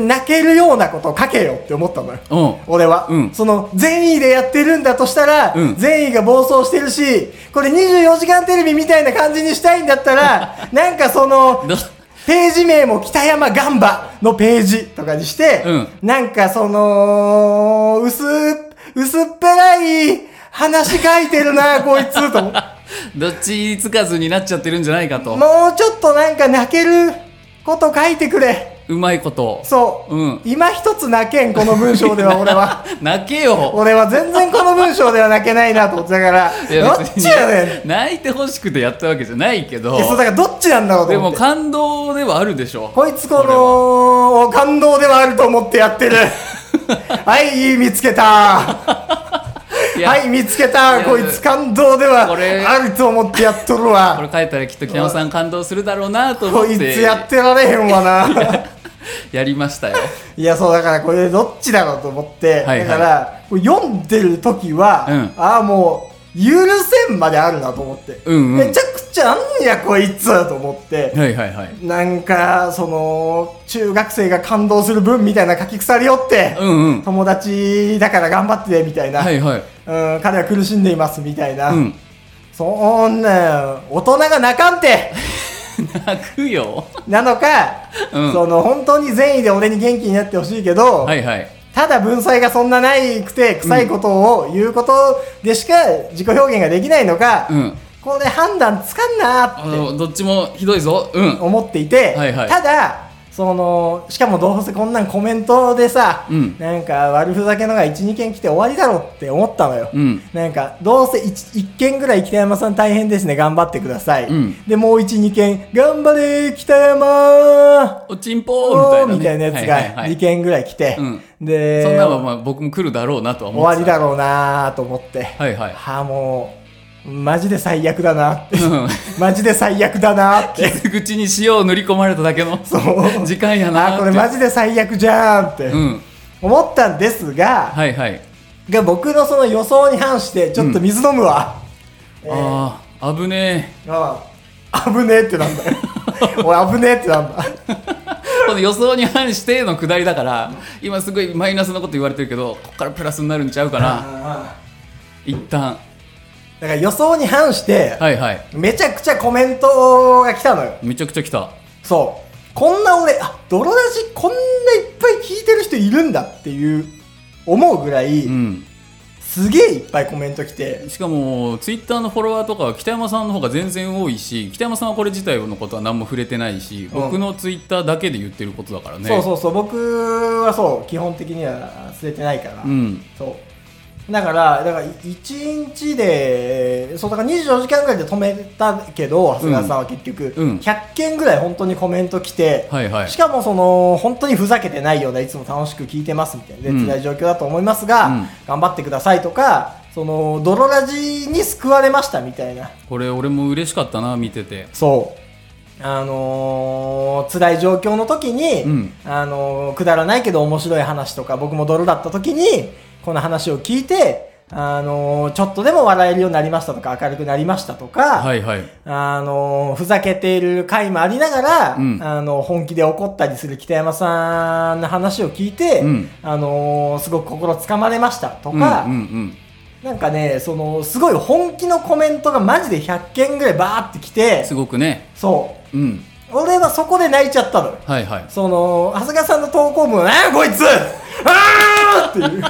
Speaker 1: ん
Speaker 2: 泣けるようなことを書けよって思ったのよ。
Speaker 1: おう
Speaker 2: 俺は、
Speaker 1: うん
Speaker 2: その善意でやってるんだとしたら、
Speaker 1: うん
Speaker 2: 善意が暴走してるし、これ24時間テレビみたいな感じにしたいんだった ら、なんかその、
Speaker 1: ど
Speaker 2: ページ名も北山ガンバのページとかにして、
Speaker 1: うん
Speaker 2: なんかその、薄、薄っぺらい話書いてる な、こいつと思って。
Speaker 1: どっちつかずになっちゃってるんじゃないかと
Speaker 2: もうちょっとなんか泣けること書いてくれ。
Speaker 1: うまいことを
Speaker 2: そう。
Speaker 1: うん
Speaker 2: 今一つ泣けん、この文章では俺は。
Speaker 1: 泣けよ
Speaker 2: 俺は全然この文章では泣けないなと思ってだから、
Speaker 1: いや
Speaker 2: どっ
Speaker 1: 別
Speaker 2: ちやねん。い
Speaker 1: に泣いてほしくてやったわけじゃないけど
Speaker 2: やそうだからどっちなんだろうと
Speaker 1: で
Speaker 2: 思
Speaker 1: も
Speaker 2: って。
Speaker 1: 感動ではあるでしょ
Speaker 2: こいつこの感 動ではあると思ってやってる。はい、いい見つけた。
Speaker 1: や
Speaker 2: はい、見つけた
Speaker 1: いや
Speaker 2: こいつ感動では
Speaker 1: これ
Speaker 2: あると思ってやっとる
Speaker 1: これ
Speaker 2: わ。
Speaker 1: 書いたらきっと北野さん感動するだろうなと思
Speaker 2: こ
Speaker 1: っ
Speaker 2: い
Speaker 1: て
Speaker 2: つやってられへんわな。
Speaker 1: やり ましたよ
Speaker 2: いや、そう、だからこれどっちだろうと思って、
Speaker 1: はいはい
Speaker 2: だから、これ読んでる時は、
Speaker 1: うん
Speaker 2: ああ、もう、許せんまであるなと思って。
Speaker 1: うんうん
Speaker 2: めちゃくちゃあんや、こいつと思って。
Speaker 1: はいはいはい
Speaker 2: なんか、その、中学生が感動する文みたいな書き腐りよって、
Speaker 1: うんうん
Speaker 2: 友達だから頑張ってねみたいな、
Speaker 1: はいはい
Speaker 2: うん、彼は苦しんでいますみたいな、
Speaker 1: うん
Speaker 2: そんなん大人が泣かんて
Speaker 1: 泣くよ
Speaker 2: なのか、
Speaker 1: うん
Speaker 2: その本当に善意で俺に元気になってほしいけど、
Speaker 1: はいはい
Speaker 2: ただ文才がそんなないくて臭いことを言うことでしか自己表現ができないのか、
Speaker 1: うん
Speaker 2: これ判断つかんなー
Speaker 1: あ
Speaker 2: って
Speaker 1: のどっちもひどいぞうん
Speaker 2: 思っていて、
Speaker 1: はいはい
Speaker 2: ただそのしかもどうせこんなんコメントでさ、
Speaker 1: うん
Speaker 2: なんか悪ふざけのが12件来て終わりだろって思ったのよ、
Speaker 1: うん
Speaker 2: なんかどうせ 1, 件ぐらい北山さん大変ですね頑張ってください、
Speaker 1: うん
Speaker 2: でもう12件頑張れ北山
Speaker 1: おちんぽーみ
Speaker 2: み
Speaker 1: た
Speaker 2: た
Speaker 1: い
Speaker 2: い
Speaker 1: な
Speaker 2: なや
Speaker 1: ね
Speaker 2: つ
Speaker 1: はいはい
Speaker 2: が
Speaker 1: はい
Speaker 2: 2件ぐらい来て、
Speaker 1: うん
Speaker 2: で
Speaker 1: そんなんはまあ僕も来るだろうなとは
Speaker 2: 終
Speaker 1: 思っ
Speaker 2: わ
Speaker 1: て
Speaker 2: り
Speaker 1: た
Speaker 2: だろうなーと思って、
Speaker 1: はいはい
Speaker 2: はあもうマジで最悪だなって
Speaker 1: うん
Speaker 2: マジで最悪だなって
Speaker 1: 傷口に塩を塗り込まれただけの
Speaker 2: そう
Speaker 1: 時間やなー
Speaker 2: あ
Speaker 1: って
Speaker 2: これマジで最悪じゃんって
Speaker 1: うん
Speaker 2: 思ったんですが、
Speaker 1: はいはい
Speaker 2: が僕のその予想に反してちょっと水飲むわ、えー
Speaker 1: ああ危ねえ
Speaker 2: ああ危ねえってなんだよ俺危ねえってなんだ
Speaker 1: この予想に反しての下りだから今すごいマイナスのこと言われてるけどこっからプラスになるんちゃうかな一旦
Speaker 2: だから予想に反して、
Speaker 1: はいはい
Speaker 2: めちゃくちゃコメントが来たのよ
Speaker 1: めちゃくちゃ来た
Speaker 2: そうこんな俺あ泥ラジこんないっぱい聞いてる人いるんだっていう思うぐらい、
Speaker 1: うん
Speaker 2: すげえいっぱいコメント来て
Speaker 1: しかもツイッターのフォロワーとかは北山さんの方が全然多いし北山さんはこれ自体のことは何も触れてないし、僕のツイッターだけで言ってることだからね
Speaker 2: そうそうそう僕はそう基本的には捨ててないから、
Speaker 1: ん
Speaker 2: そうだからだから1日でそうだから24時間ぐらいで止めたけど長谷川さんは結局、
Speaker 1: うん
Speaker 2: 100件ぐらい本当にコメント来て、
Speaker 1: はいはい
Speaker 2: しかもその本当にふざけてないようないつも楽しく聞いてますみたいなで
Speaker 1: うん
Speaker 2: 辛い状況だと思いますが、
Speaker 1: うん
Speaker 2: 頑張ってくださいとかその泥ラジに救われましたみたいな
Speaker 1: これ俺も嬉しかったな見てて
Speaker 2: そう。あのー辛い状況の時に、
Speaker 1: うん
Speaker 2: あのーくだらないけど面白い話とか、僕も泥だった時に、この話を聞いて、あのーちょっとでも笑えるようになりましたとか、明るくなりましたとか、
Speaker 1: はいはい
Speaker 2: あのーふざけている回もありながら、
Speaker 1: うん
Speaker 2: あの本気で怒ったりする北山さんの話を聞いて、
Speaker 1: うん
Speaker 2: あのーすごく心つかまれましたとか、
Speaker 1: うんうん
Speaker 2: なんかね、その、すごい本気のコメントがマジで100件ぐらいバーってき
Speaker 1: う
Speaker 2: て
Speaker 1: ん、すごくね
Speaker 2: そう。
Speaker 1: うん
Speaker 2: 俺はそこで泣いちゃったのよ
Speaker 1: はいはい
Speaker 2: その長谷川さんの投稿文は「なんやこいつあー!」っていう
Speaker 1: い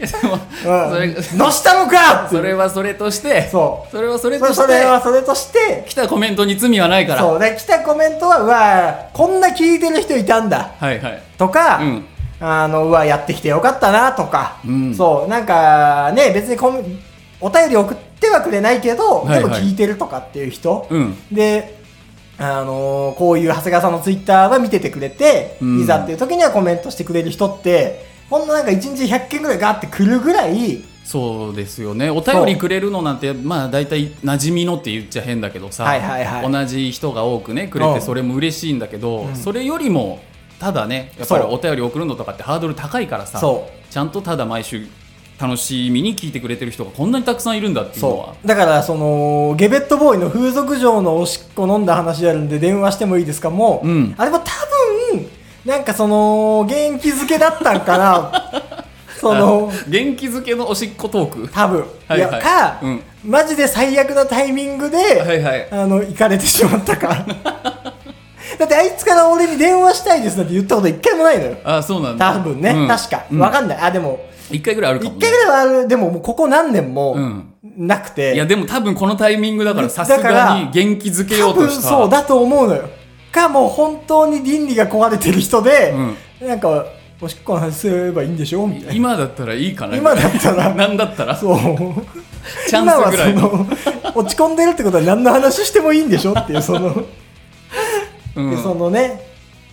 Speaker 1: やでもそれ
Speaker 2: 「うん のしたのか!」ってい
Speaker 1: そうれはそれとして
Speaker 2: そう
Speaker 1: それはそれ
Speaker 2: そ
Speaker 1: と
Speaker 2: れ
Speaker 1: し
Speaker 2: それ
Speaker 1: て
Speaker 2: はそれとして
Speaker 1: 来たコメントに罪はないから
Speaker 2: そうで来たコメントは「うわーこんな聞いてる人いたんだ
Speaker 1: はいはい」
Speaker 2: とか、
Speaker 1: うん
Speaker 2: あのうわやってきてよかったなとか、
Speaker 1: うん
Speaker 2: そうなんかね別にコメお便り送ってはくれないけど、
Speaker 1: はいはい
Speaker 2: でも聞いてるとかっていう人、
Speaker 1: うん
Speaker 2: で、あのーこういう長谷川さんのツイッターは見ててくれて、
Speaker 1: うん
Speaker 2: いざっていう時にはコメントしてくれる人って、ほんのなんか1日100件ぐらいガーって来るぐらい、
Speaker 1: そうですよねお便りくれるのなんてまあ大体馴染みのって言っちゃ変だけどさ、
Speaker 2: はいはいはい
Speaker 1: 同じ人が多くねくれ
Speaker 2: う
Speaker 1: て
Speaker 2: ん
Speaker 1: それも嬉しいんだけど、
Speaker 2: うん
Speaker 1: それよりもただねやっぱり
Speaker 2: そう
Speaker 1: お便り送るのとかってハードル高いからさ
Speaker 2: そ
Speaker 1: ちゃんとただ毎週楽しみに聞いてくれてる人がこんなにたくさんいるんだっていうのは
Speaker 2: そう。だから、その、ゲベットボーイの風俗嬢のおしっこ飲んだ話やるんで電話してもいいですかもう、
Speaker 1: うん
Speaker 2: あれも多分、なんかその、元気づけだったんか な。その、
Speaker 1: あ元気づけのおしっこトーク
Speaker 2: 多分。
Speaker 1: はいはい
Speaker 2: や、か、
Speaker 1: うん
Speaker 2: マジで最悪なタイミングで、
Speaker 1: はいはい
Speaker 2: あの、行かれてしまったから。 だってあいつから俺に電話したいですなんて言ったこと一回もないのよ。
Speaker 1: あそうなんだ
Speaker 2: 多分ね、
Speaker 1: うん
Speaker 2: 確か。
Speaker 1: うん
Speaker 2: わかんない。あ、でも、
Speaker 1: 一回ぐらいあるか
Speaker 2: 一
Speaker 1: も、ね、
Speaker 2: 回ぐらいはある、でももうここ何年も
Speaker 1: うん、
Speaker 2: なくて。
Speaker 1: いやでも多分このタイミングだからさす
Speaker 2: だから
Speaker 1: がに元気づけようとし
Speaker 2: 多分そう
Speaker 1: た
Speaker 2: だと思うのよかもう本当に倫理が壊れてる人で、なんかおしっこの話すればいいんでしょみたいな
Speaker 1: 今だったらいいかな
Speaker 2: 今だったら
Speaker 1: なんだったら
Speaker 2: そう
Speaker 1: チャンスぐらい
Speaker 2: 今はその落ち込んでるってことは何の話してもいいんでしょっていうその、
Speaker 1: う
Speaker 2: で
Speaker 1: ん
Speaker 2: そのね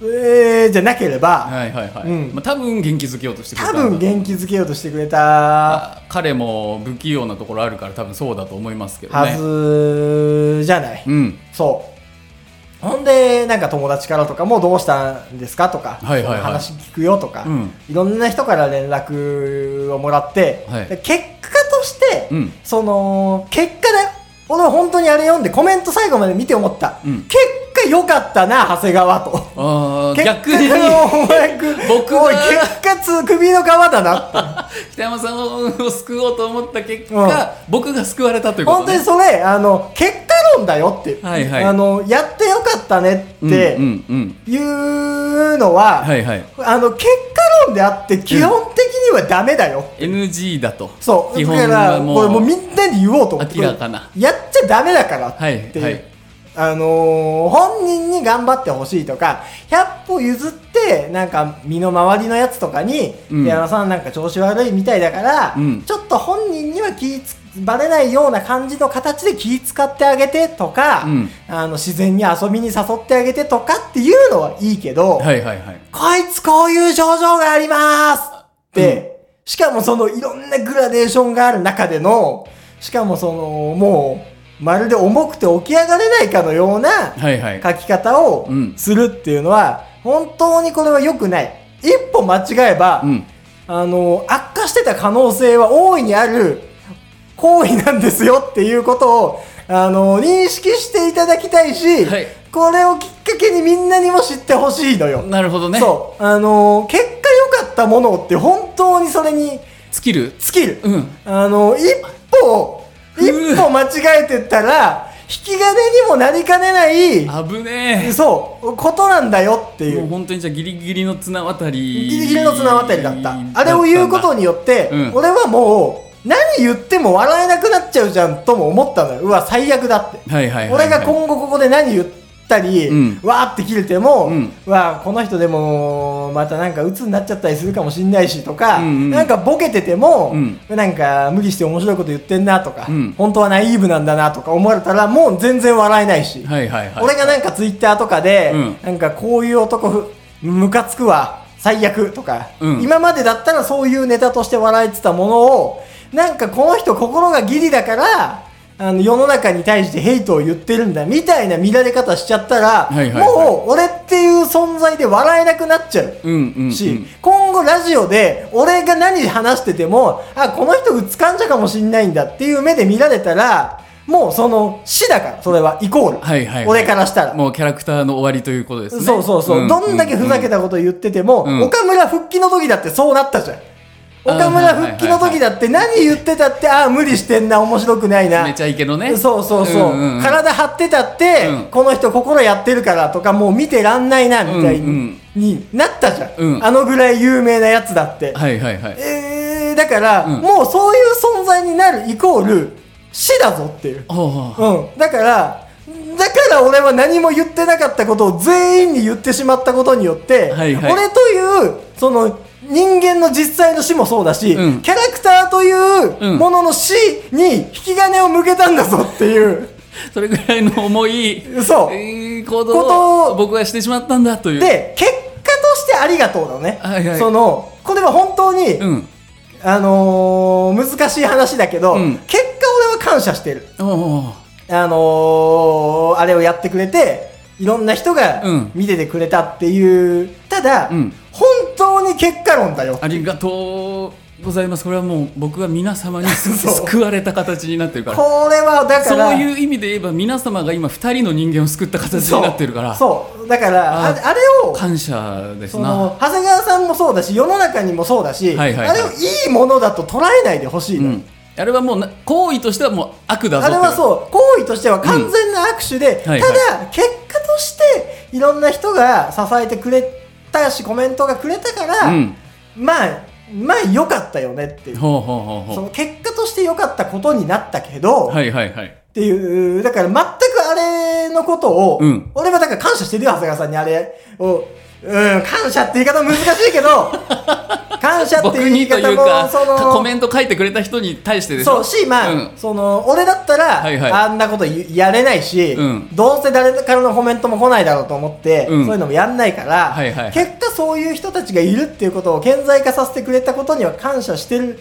Speaker 2: えー、じゃなければ、
Speaker 1: はいはいはい、
Speaker 2: うん
Speaker 1: まあ、多分元気づけようとしてくれた
Speaker 2: 多
Speaker 1: んだ
Speaker 2: 分元気づけようとしてくれた
Speaker 1: あ彼も不器用なところあるから多分そうだと思いますけどね
Speaker 2: はずじゃない。
Speaker 1: うん
Speaker 2: そう。ほんで、なんか友達からとかもどうしたんですかとか、
Speaker 1: はいはいはい
Speaker 2: 話聞くよとか、
Speaker 1: うん
Speaker 2: いろんな人から連絡をもらって、
Speaker 1: はい
Speaker 2: で結果として、
Speaker 1: うん
Speaker 2: その、結果だよ。俺は本当にあれ読んでコメント最後まで見て思った。
Speaker 1: うん
Speaker 2: 結果良かったな、長谷川と。
Speaker 1: あー
Speaker 2: 結
Speaker 1: 逆
Speaker 2: 果
Speaker 1: に
Speaker 2: お前く
Speaker 1: 僕は
Speaker 2: おい結果つ首の皮だな って
Speaker 1: 北山さんを救おうと思った結果、
Speaker 2: うん
Speaker 1: 僕が救われたということ、ね、
Speaker 2: 本当にそれあの結果論だよって、
Speaker 1: はいはい
Speaker 2: あのやってよかったねって
Speaker 1: うんうんうん
Speaker 2: いうのは、
Speaker 1: はいはい
Speaker 2: あの結果論であって基本的にはダメだよ、
Speaker 1: NG だと
Speaker 2: そう
Speaker 1: 基本
Speaker 2: だから
Speaker 1: はも
Speaker 2: こ
Speaker 1: う
Speaker 2: れもうみんなに言おうと思って
Speaker 1: 明らかな
Speaker 2: やっちゃダメだからって、
Speaker 1: はいはい
Speaker 2: あのー本人に頑張ってほしいとか100歩譲ってなんか身の回りのやつとかに「
Speaker 1: うん
Speaker 2: 矢野さんなんか調子悪いみたいだから、
Speaker 1: うん
Speaker 2: ちょっと本人には気ぃつバレないような感じの形で気使ってあげてとか、
Speaker 1: うん
Speaker 2: あの自然に遊びに誘ってあげてとかっていうのはいいけど、
Speaker 1: はいはいはい
Speaker 2: こいつこういう症状がありますって、しかもそのいろんなグラデーションがある中での、しかもそのもうまるで重くて起き上がれないかのような
Speaker 1: はいはい
Speaker 2: 書き方を
Speaker 1: うん
Speaker 2: するっていうのは、本当にこれは良くない。一歩間違えば、
Speaker 1: うん
Speaker 2: あの、悪化してた可能性は大いにある行為なんですよっていうことを、あの、認識していただきたいし、
Speaker 1: はい
Speaker 2: これをきっかけにみんなにも知ってほしいのよ。
Speaker 1: なるほどね
Speaker 2: そう。あのー結果良かったものって本当にそれに
Speaker 1: スキル
Speaker 2: 尽きる。
Speaker 1: うん
Speaker 2: あのー一歩、
Speaker 1: う
Speaker 2: 一
Speaker 1: ー
Speaker 2: 歩間違えてったら、引き金にもなりかねない、
Speaker 1: 危ね
Speaker 2: そう、ことなんだよって
Speaker 1: え
Speaker 2: い
Speaker 1: もう
Speaker 2: う。
Speaker 1: 本当にじゃあギリギリの綱渡り
Speaker 2: ギリギリの綱渡りだった。あれを言うことによって、
Speaker 1: うん
Speaker 2: 俺はもう、何言っても笑えなくなっちゃうじゃんとも思ったのよ。うわ、最悪だって。
Speaker 1: はいはいはい、はい、
Speaker 2: 俺が今後ここで何言ったり、
Speaker 1: うん
Speaker 2: わーって切れても、
Speaker 1: うん
Speaker 2: わーこの人でもまたなんか鬱になっちゃったりするかもしんないしとか、
Speaker 1: うんうん
Speaker 2: なんかボケてても、
Speaker 1: うん
Speaker 2: なんか無理して面白いこと言ってんなとか、
Speaker 1: うん
Speaker 2: 本当はナイーブなんだなとか思われたらもう全然笑えないし、
Speaker 1: はいはいはい
Speaker 2: 俺がなんかツイッターとかで、
Speaker 1: うん
Speaker 2: なんかこういう男ふムカつくわ最悪とか、
Speaker 1: うん
Speaker 2: 今までだったらそういうネタとして笑えてたものをなんかこの人心がギリだからあの世の中に対してヘイトを言ってるんだみたいな見られ方しちゃったら、
Speaker 1: はいはいはい
Speaker 2: もう俺っていう存在で笑えなくなっちゃう。
Speaker 1: うんうん、うん、
Speaker 2: し、今後ラジオで俺が何話してても、あ、この人うつかんじゃかもしんないんだっていう目で見られたら、もうその死だから、それはイコール。
Speaker 1: はいはいはい
Speaker 2: 俺からしたら。
Speaker 1: もうキャラクターの終わりということですね
Speaker 2: そうそうそう、どんだけふざけ
Speaker 1: た
Speaker 2: たこと言ってても、
Speaker 1: うん
Speaker 2: 岡村復帰の時だってそうなったじゃん。
Speaker 1: うん
Speaker 2: 岡村復帰の時だって何言ってたって、ああ、無理してんな、面白くないな。
Speaker 1: めちゃイケのね
Speaker 2: そうそうそう,、
Speaker 1: んんん
Speaker 2: 体張ってたって、
Speaker 1: うん
Speaker 2: この人心やってるからとかもう見てらんないなみたいに,、
Speaker 1: うんうん
Speaker 2: になったじゃん、
Speaker 1: うん
Speaker 2: あのぐらい有名なやつだって、
Speaker 1: はいはいはい
Speaker 2: えー、だから、
Speaker 1: うん
Speaker 2: もうそういう存在になるイコール死だぞっていう、
Speaker 1: ああ
Speaker 2: うん、だからだから俺は何も言ってなかったことを全員に言ってしまったことによって、
Speaker 1: はいはい
Speaker 2: 俺というその人間の実際の死もそうだし、
Speaker 1: うん
Speaker 2: キャラクターといううんものの死に引き金を向けたんだぞっていう。
Speaker 1: それぐらいの重い
Speaker 2: そう
Speaker 1: えー行
Speaker 2: こと
Speaker 1: 動
Speaker 2: を
Speaker 1: を僕がしてしまったんだという
Speaker 2: で、結果としてありがとうだね。
Speaker 1: はいはい
Speaker 2: その、これは本当に、
Speaker 1: うん
Speaker 2: あのー難しい話だけど、
Speaker 1: うん
Speaker 2: 結果俺は感謝してる。
Speaker 1: おお
Speaker 2: あのーあれをやってくれて、いろんな人が
Speaker 1: うん
Speaker 2: 見ててくれたっていう、ただ、
Speaker 1: うん
Speaker 2: 本当に結果論だよ。
Speaker 1: ありがとうございますこれはもう僕は皆様に
Speaker 2: そう
Speaker 1: 救われた形になってるから
Speaker 2: これはだから、
Speaker 1: そういう意味で言えば皆様が今2人の人間を救った形
Speaker 2: そう
Speaker 1: になってるから
Speaker 2: そう。だから、あ
Speaker 1: あ
Speaker 2: あれを、
Speaker 1: 感謝です
Speaker 2: そ
Speaker 1: な
Speaker 2: の長谷川さんもそうだし世の中にもそうだし、
Speaker 1: はいはいはい
Speaker 2: あれをいいものだと捉えないでほしいの、
Speaker 1: うんあれはもうな行為としてはもう悪だぞ
Speaker 2: あれは
Speaker 1: う
Speaker 2: そう行為としては完全な握手で、
Speaker 1: うんはい
Speaker 2: た
Speaker 1: は
Speaker 2: だ
Speaker 1: い、
Speaker 2: 結果としていろんな人が支えてくれたしコメントがくれたから、
Speaker 1: うん
Speaker 2: まあまあ良かったよねっていう
Speaker 1: ほうほうほう
Speaker 2: そ
Speaker 1: ほ
Speaker 2: の結果として良かったことになったけど、
Speaker 1: うはいはいはい
Speaker 2: っていうだから全くあれのことを、
Speaker 1: うん
Speaker 2: 俺はだ から感謝してるよ長谷川さんにあれをうん感謝って言い方難しいけど感謝って
Speaker 1: 僕
Speaker 2: いう言
Speaker 1: に
Speaker 2: い
Speaker 1: とい
Speaker 2: 方
Speaker 1: う
Speaker 2: も
Speaker 1: か
Speaker 2: その
Speaker 1: コメント書いてくれた人に対してでし
Speaker 2: そ
Speaker 1: ょ
Speaker 2: うしまあ、
Speaker 1: うん
Speaker 2: その俺だったら、
Speaker 1: はいはい
Speaker 2: あんなこといやれないし、
Speaker 1: うん
Speaker 2: どうせ誰からのコメントも来ないだろうと思って、
Speaker 1: うん
Speaker 2: そういうのもやんないから、
Speaker 1: はいはい
Speaker 2: 結果そういう人たちがいるっていうことを顕在化させてくれたことには感謝してる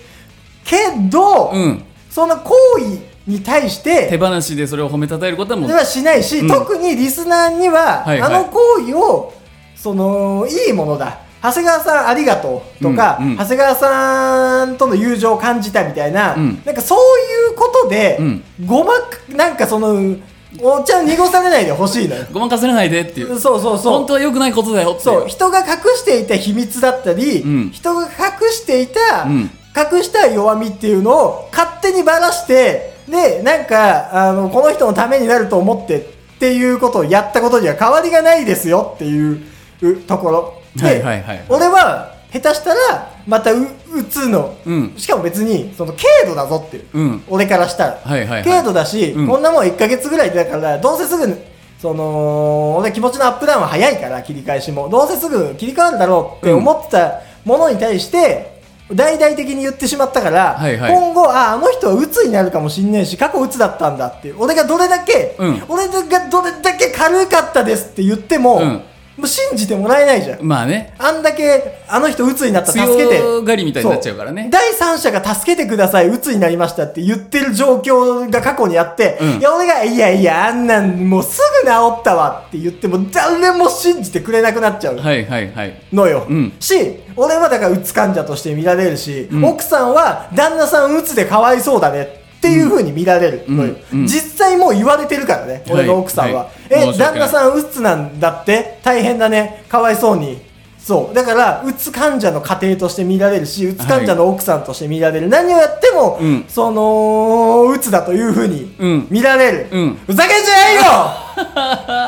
Speaker 2: けど、
Speaker 1: うん
Speaker 2: その行為に対して
Speaker 1: 手放しでそれを褒めたたえることはもう
Speaker 2: ではしないし、
Speaker 1: うん
Speaker 2: 特にリスナーには、
Speaker 1: はいはい
Speaker 2: あの行為をそのいいものだ長谷川さんありがとうとか、
Speaker 1: うんうん
Speaker 2: 長谷川さんとの友情を感じたみたいな、
Speaker 1: うん
Speaker 2: なんかそういうことで、
Speaker 1: うん
Speaker 2: ごまくなんかそのお茶濁されないでほしいのよ
Speaker 1: ごまかされないでっていう
Speaker 2: そうそうそう
Speaker 1: 本当は良くないことだよっていう
Speaker 2: そう人が隠していた秘密だったり、
Speaker 1: うん
Speaker 2: 人が隠していた、
Speaker 1: うん
Speaker 2: 隠した弱みっていうのを勝手にばらしてでなんかあのこの人のためになると思ってっていうことをやったことには変わりがないですよっていううところで、
Speaker 1: はいはいはい
Speaker 2: 俺は下手したらまたう打つの、
Speaker 1: うん
Speaker 2: しかも別にその軽度だぞっていう、
Speaker 1: うん
Speaker 2: 俺からしたら、
Speaker 1: はいはいはい
Speaker 2: 軽度だし、
Speaker 1: うん
Speaker 2: こんなもん1ヶ月ぐらいだからどうせすぐその俺気持ちのアップダウンは早いから切り返しもどうせすぐ切り替わるだろうって思ってたものに対して、大々的に言ってしまったから、
Speaker 1: はいはい
Speaker 2: 今後ああの人は鬱になるかもしんねえし過去鬱だったんだっていう俺がどれだけ、
Speaker 1: うん
Speaker 2: 俺がどれだけ軽かったですって言っても,、
Speaker 1: うん
Speaker 2: もう信じてもらえないじゃん、
Speaker 1: まあね
Speaker 2: あんだけあの人鬱になった助けて
Speaker 1: 強がりみたいになっちゃうから
Speaker 2: そう
Speaker 1: ね
Speaker 2: 第三者が助けてください、鬱になりましたって言ってる状況が過去にあって、
Speaker 1: うん
Speaker 2: いや、俺が、いやいや、あんなん、もうすぐ治ったわって言っても、誰も信じてくれなくなっちゃう
Speaker 1: はいはいはい
Speaker 2: のよ。
Speaker 1: うん
Speaker 2: し、俺はだから、鬱患者として見られるし、
Speaker 1: うん
Speaker 2: 奥さんは、旦那さん鬱でかわいそうだね。っていう風に見られるのよ、
Speaker 1: うんうん
Speaker 2: 実際もう言われてるからね、俺の奥さんは。
Speaker 1: はいはい
Speaker 2: え、
Speaker 1: 申し
Speaker 2: 旦
Speaker 1: 訳な
Speaker 2: 那
Speaker 1: い
Speaker 2: さん鬱なんだって大変だね。かわいそうに。そう。だから、鬱患者の家庭として見られるし、鬱患者の奥さんとして見られる。何をやっても、
Speaker 1: うん
Speaker 2: その、鬱だという風
Speaker 1: うん
Speaker 2: に見られる。
Speaker 1: うん
Speaker 2: ふざけんじゃないよ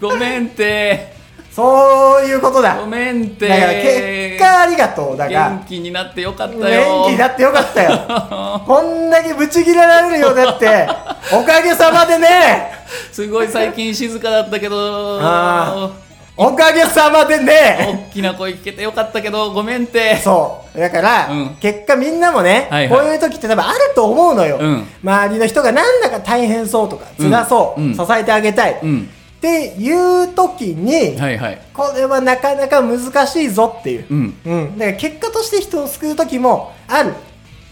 Speaker 1: ごめんって
Speaker 2: そういうことだ。
Speaker 1: ごめんっ
Speaker 2: だ
Speaker 1: て
Speaker 2: から、結果ありがとう。だから、
Speaker 1: 元気になってよかったよ
Speaker 2: 元気だってよかったよこんだけブチ切れられるようだっておかげさまでね
Speaker 1: すごい最近静かだったけど
Speaker 2: あおかげさまでね
Speaker 1: 大きな声聞けてよかったけどごめんって
Speaker 2: そうだから、
Speaker 1: うん
Speaker 2: 結果みんなもね、
Speaker 1: はいはい
Speaker 2: こういう時って多分あると思うのよ、
Speaker 1: うん
Speaker 2: 周りの人がなんだか大変そうとか辛そう、
Speaker 1: うんうん
Speaker 2: 支えてあげたい、
Speaker 1: う
Speaker 2: っ
Speaker 1: ん
Speaker 2: ていう時に、
Speaker 1: はいはい
Speaker 2: これはなかなか難しいぞっていう、
Speaker 1: うん
Speaker 2: うん、だから結果として人を救う時もある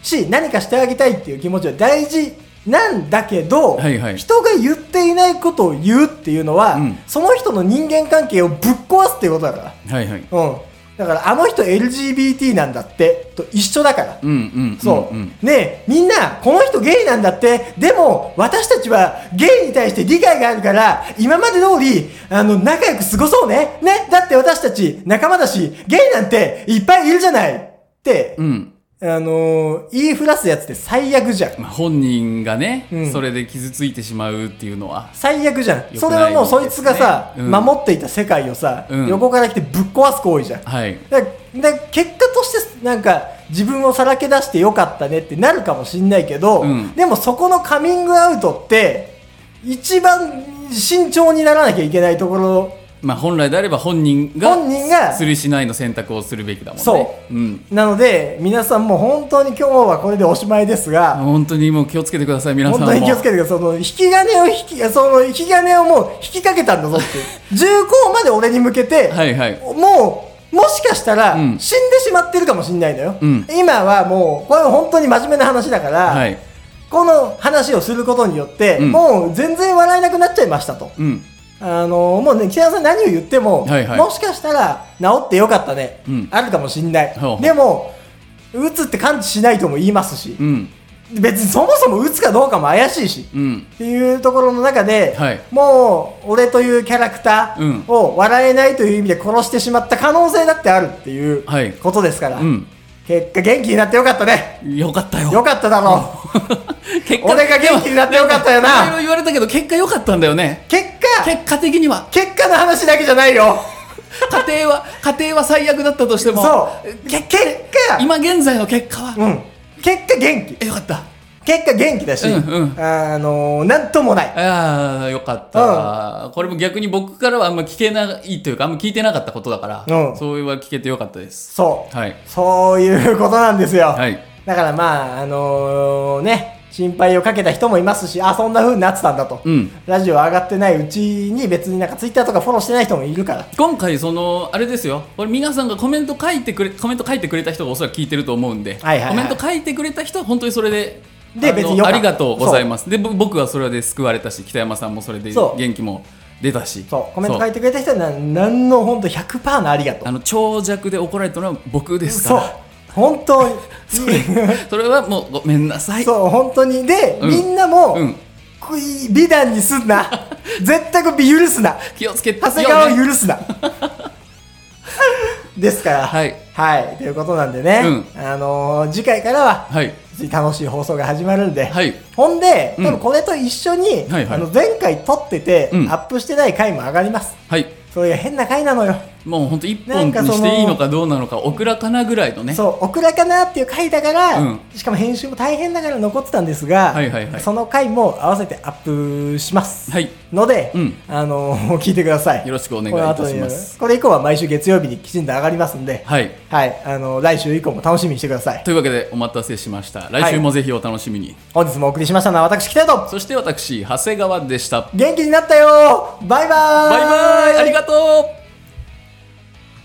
Speaker 2: し何かしてあげたいっていう気持ちは大事なんだけど、
Speaker 1: はいはい
Speaker 2: 人が言っていないことを言うっていうのは、
Speaker 1: うん
Speaker 2: その人の人間関係をぶっ壊すっていうことだか
Speaker 1: はいはい
Speaker 2: ら、うん、だからあの人 LGBT なんだってと一緒だから、
Speaker 1: うんうん
Speaker 2: そう、
Speaker 1: うん
Speaker 2: ねえみんなこの人ゲイなんだってでも私たちはゲイに対して理解があるから今まで通りあの仲良く過ごそうねねだって私たち仲間だしゲイなんていっぱいいるじゃないって、
Speaker 1: うん
Speaker 2: あのー言いふらすやつって最悪じゃん
Speaker 1: まあ本人がね、
Speaker 2: うん
Speaker 1: それで傷ついてしまうっていうのは
Speaker 2: 最悪じゃん、
Speaker 1: ですね
Speaker 2: それはもうそいつがさ、
Speaker 1: うん
Speaker 2: 守っていた世界をさ、
Speaker 1: うん
Speaker 2: 横から来てぶっ壊す行為じゃん
Speaker 1: はい
Speaker 2: だだ結果としてなんか自分をさらけ出してよかったねってなるかもしんないけど、
Speaker 1: うん
Speaker 2: でもそこのカミングアウトって一番慎重にならなきゃいけないところ
Speaker 1: まあ本来であれば本人が
Speaker 2: 本人が
Speaker 1: するしないの選択をするべきだもんね
Speaker 2: そう、
Speaker 1: うん
Speaker 2: なので皆さんも本当に今日はこれでおしまいですが、
Speaker 1: 本当にもう気をつけてください皆さん
Speaker 2: 本
Speaker 1: も
Speaker 2: 当に気をつけてください。その、引き金を引き、その、引き金をもう引きかけたんだぞっていう。重厚まで俺に向けて、
Speaker 1: はいはい
Speaker 2: もう、もしかしたら、死
Speaker 1: うんん
Speaker 2: でしまってるかもしんないのよ。
Speaker 1: うん
Speaker 2: 今はもう、これは本当に真面目な話だから、
Speaker 1: はい
Speaker 2: この話をすることによって、
Speaker 1: うん
Speaker 2: もう全然笑えなくなっちゃいましたと。
Speaker 1: うん
Speaker 2: あのもうね、北山さん何を言っても、
Speaker 1: はいはい
Speaker 2: もしかしたら治ってよかったね、
Speaker 1: うん
Speaker 2: あるかもしんない。
Speaker 1: ほうほう
Speaker 2: でも、うつって感知しないとも言いますし、
Speaker 1: うん
Speaker 2: 別にそもそも打つかどうかも怪しいし、
Speaker 1: うん
Speaker 2: っていうところの中で、
Speaker 1: はい
Speaker 2: もう俺というキャラクタ
Speaker 1: うん
Speaker 2: ーを笑えないという意味で殺してしまった可能性だってあるっていう
Speaker 1: はい
Speaker 2: ことですから、
Speaker 1: うん
Speaker 2: 結果元気になってよかったね
Speaker 1: よかったよ
Speaker 2: よかっただろう
Speaker 1: 結
Speaker 2: 俺が元気になってよかったよない
Speaker 1: ろいろ言われたけど結果良かったんだよね
Speaker 2: 結果
Speaker 1: 結果的には
Speaker 2: 結果の話だけじゃないよ
Speaker 1: 家庭 は家庭は最悪だったとしても
Speaker 2: そうけ結果
Speaker 1: 今現在の結果は、
Speaker 2: うん結果元気
Speaker 1: えよかった
Speaker 2: 結果元気だし、
Speaker 1: うんうん
Speaker 2: あのなんともない。
Speaker 1: ああ、よかった、これも逆に僕からはあんま聞けないというか、あんま聞いてなかったことだから、
Speaker 2: うん
Speaker 1: そういうは聞けてよかったです。
Speaker 2: そう。
Speaker 1: はい。
Speaker 2: そういうことなんですよ。
Speaker 1: はい。
Speaker 2: だからまあ、あのね、心配をかけた人もいますし、あ、そんな風になってたんだと。
Speaker 1: うん。
Speaker 2: ラジオ上がってないうちに別になんかツイッターとかフォローしてない人もいるから。
Speaker 1: 今回、その、あれですよ。これ皆さんがコメント書いてくれ、コメント書いてくれた人がおそらく聞いてると思うんで、
Speaker 2: はいはいはい
Speaker 1: コメント書いてくれた人は本当にそれで、
Speaker 2: で
Speaker 1: あの
Speaker 2: 別によか
Speaker 1: あ
Speaker 2: った
Speaker 1: りがとうございます。で、ぼ僕はそれで救われたし、北山さんもそれで
Speaker 2: そう
Speaker 1: 元気も出たし。
Speaker 2: そう、コメント書い
Speaker 1: て
Speaker 2: てくれた人はななんの本当100%のありがと
Speaker 1: あ
Speaker 2: う。
Speaker 1: の、長尺で怒られたのは僕ですか
Speaker 2: そう
Speaker 1: ら。。
Speaker 2: 本当に。
Speaker 1: それはもうごめんなさい。
Speaker 2: そう、本当に。で、
Speaker 1: うん
Speaker 2: みんなも、
Speaker 1: うん
Speaker 2: こい美談にすんな。 絶対これ許すな。
Speaker 1: 気をつけてよ
Speaker 2: 長
Speaker 1: ね
Speaker 2: 谷川を許すな。 ですから、
Speaker 1: はい。
Speaker 2: はい、ということなんでね、
Speaker 1: う
Speaker 2: あのー次回からは、
Speaker 1: はい。
Speaker 2: 楽しい放送が始まるんで、
Speaker 1: はい
Speaker 2: ほんで、
Speaker 1: うん
Speaker 2: 多分これと一緒に、
Speaker 1: はいはい
Speaker 2: あの前回撮ってて、
Speaker 1: うん
Speaker 2: アップしてない回も上がります。
Speaker 1: はい。
Speaker 2: そういう変な回なのよ。
Speaker 1: もう本当一
Speaker 2: なん
Speaker 1: 本
Speaker 2: かそ
Speaker 1: に
Speaker 2: の
Speaker 1: していいのかどうなのか、オクラかなぐらいのね。
Speaker 2: そう、オクラかなっていう回だから、
Speaker 1: うん
Speaker 2: しかも編集も大変だから残ってたんですが、
Speaker 1: はいはいはい
Speaker 2: その回も合わせてアップします。
Speaker 1: はい。
Speaker 2: ので、
Speaker 1: うん
Speaker 2: あの ー聞いてください。
Speaker 1: よろしくお願いい
Speaker 2: この
Speaker 1: た
Speaker 2: 後
Speaker 1: し
Speaker 2: に
Speaker 1: ます。
Speaker 2: これ以降は毎週月曜日にきちんと上がりますんで、
Speaker 1: はい。
Speaker 2: はい、あのー来週以降も楽しみにしてください。
Speaker 1: というわけでお待たせしました。来週もぜひお楽しみに。
Speaker 2: 本日もお送りしましたのは私、北と
Speaker 1: そして私、長谷川でした。
Speaker 2: 元気になったよバイバーイ
Speaker 1: バイバイありがとう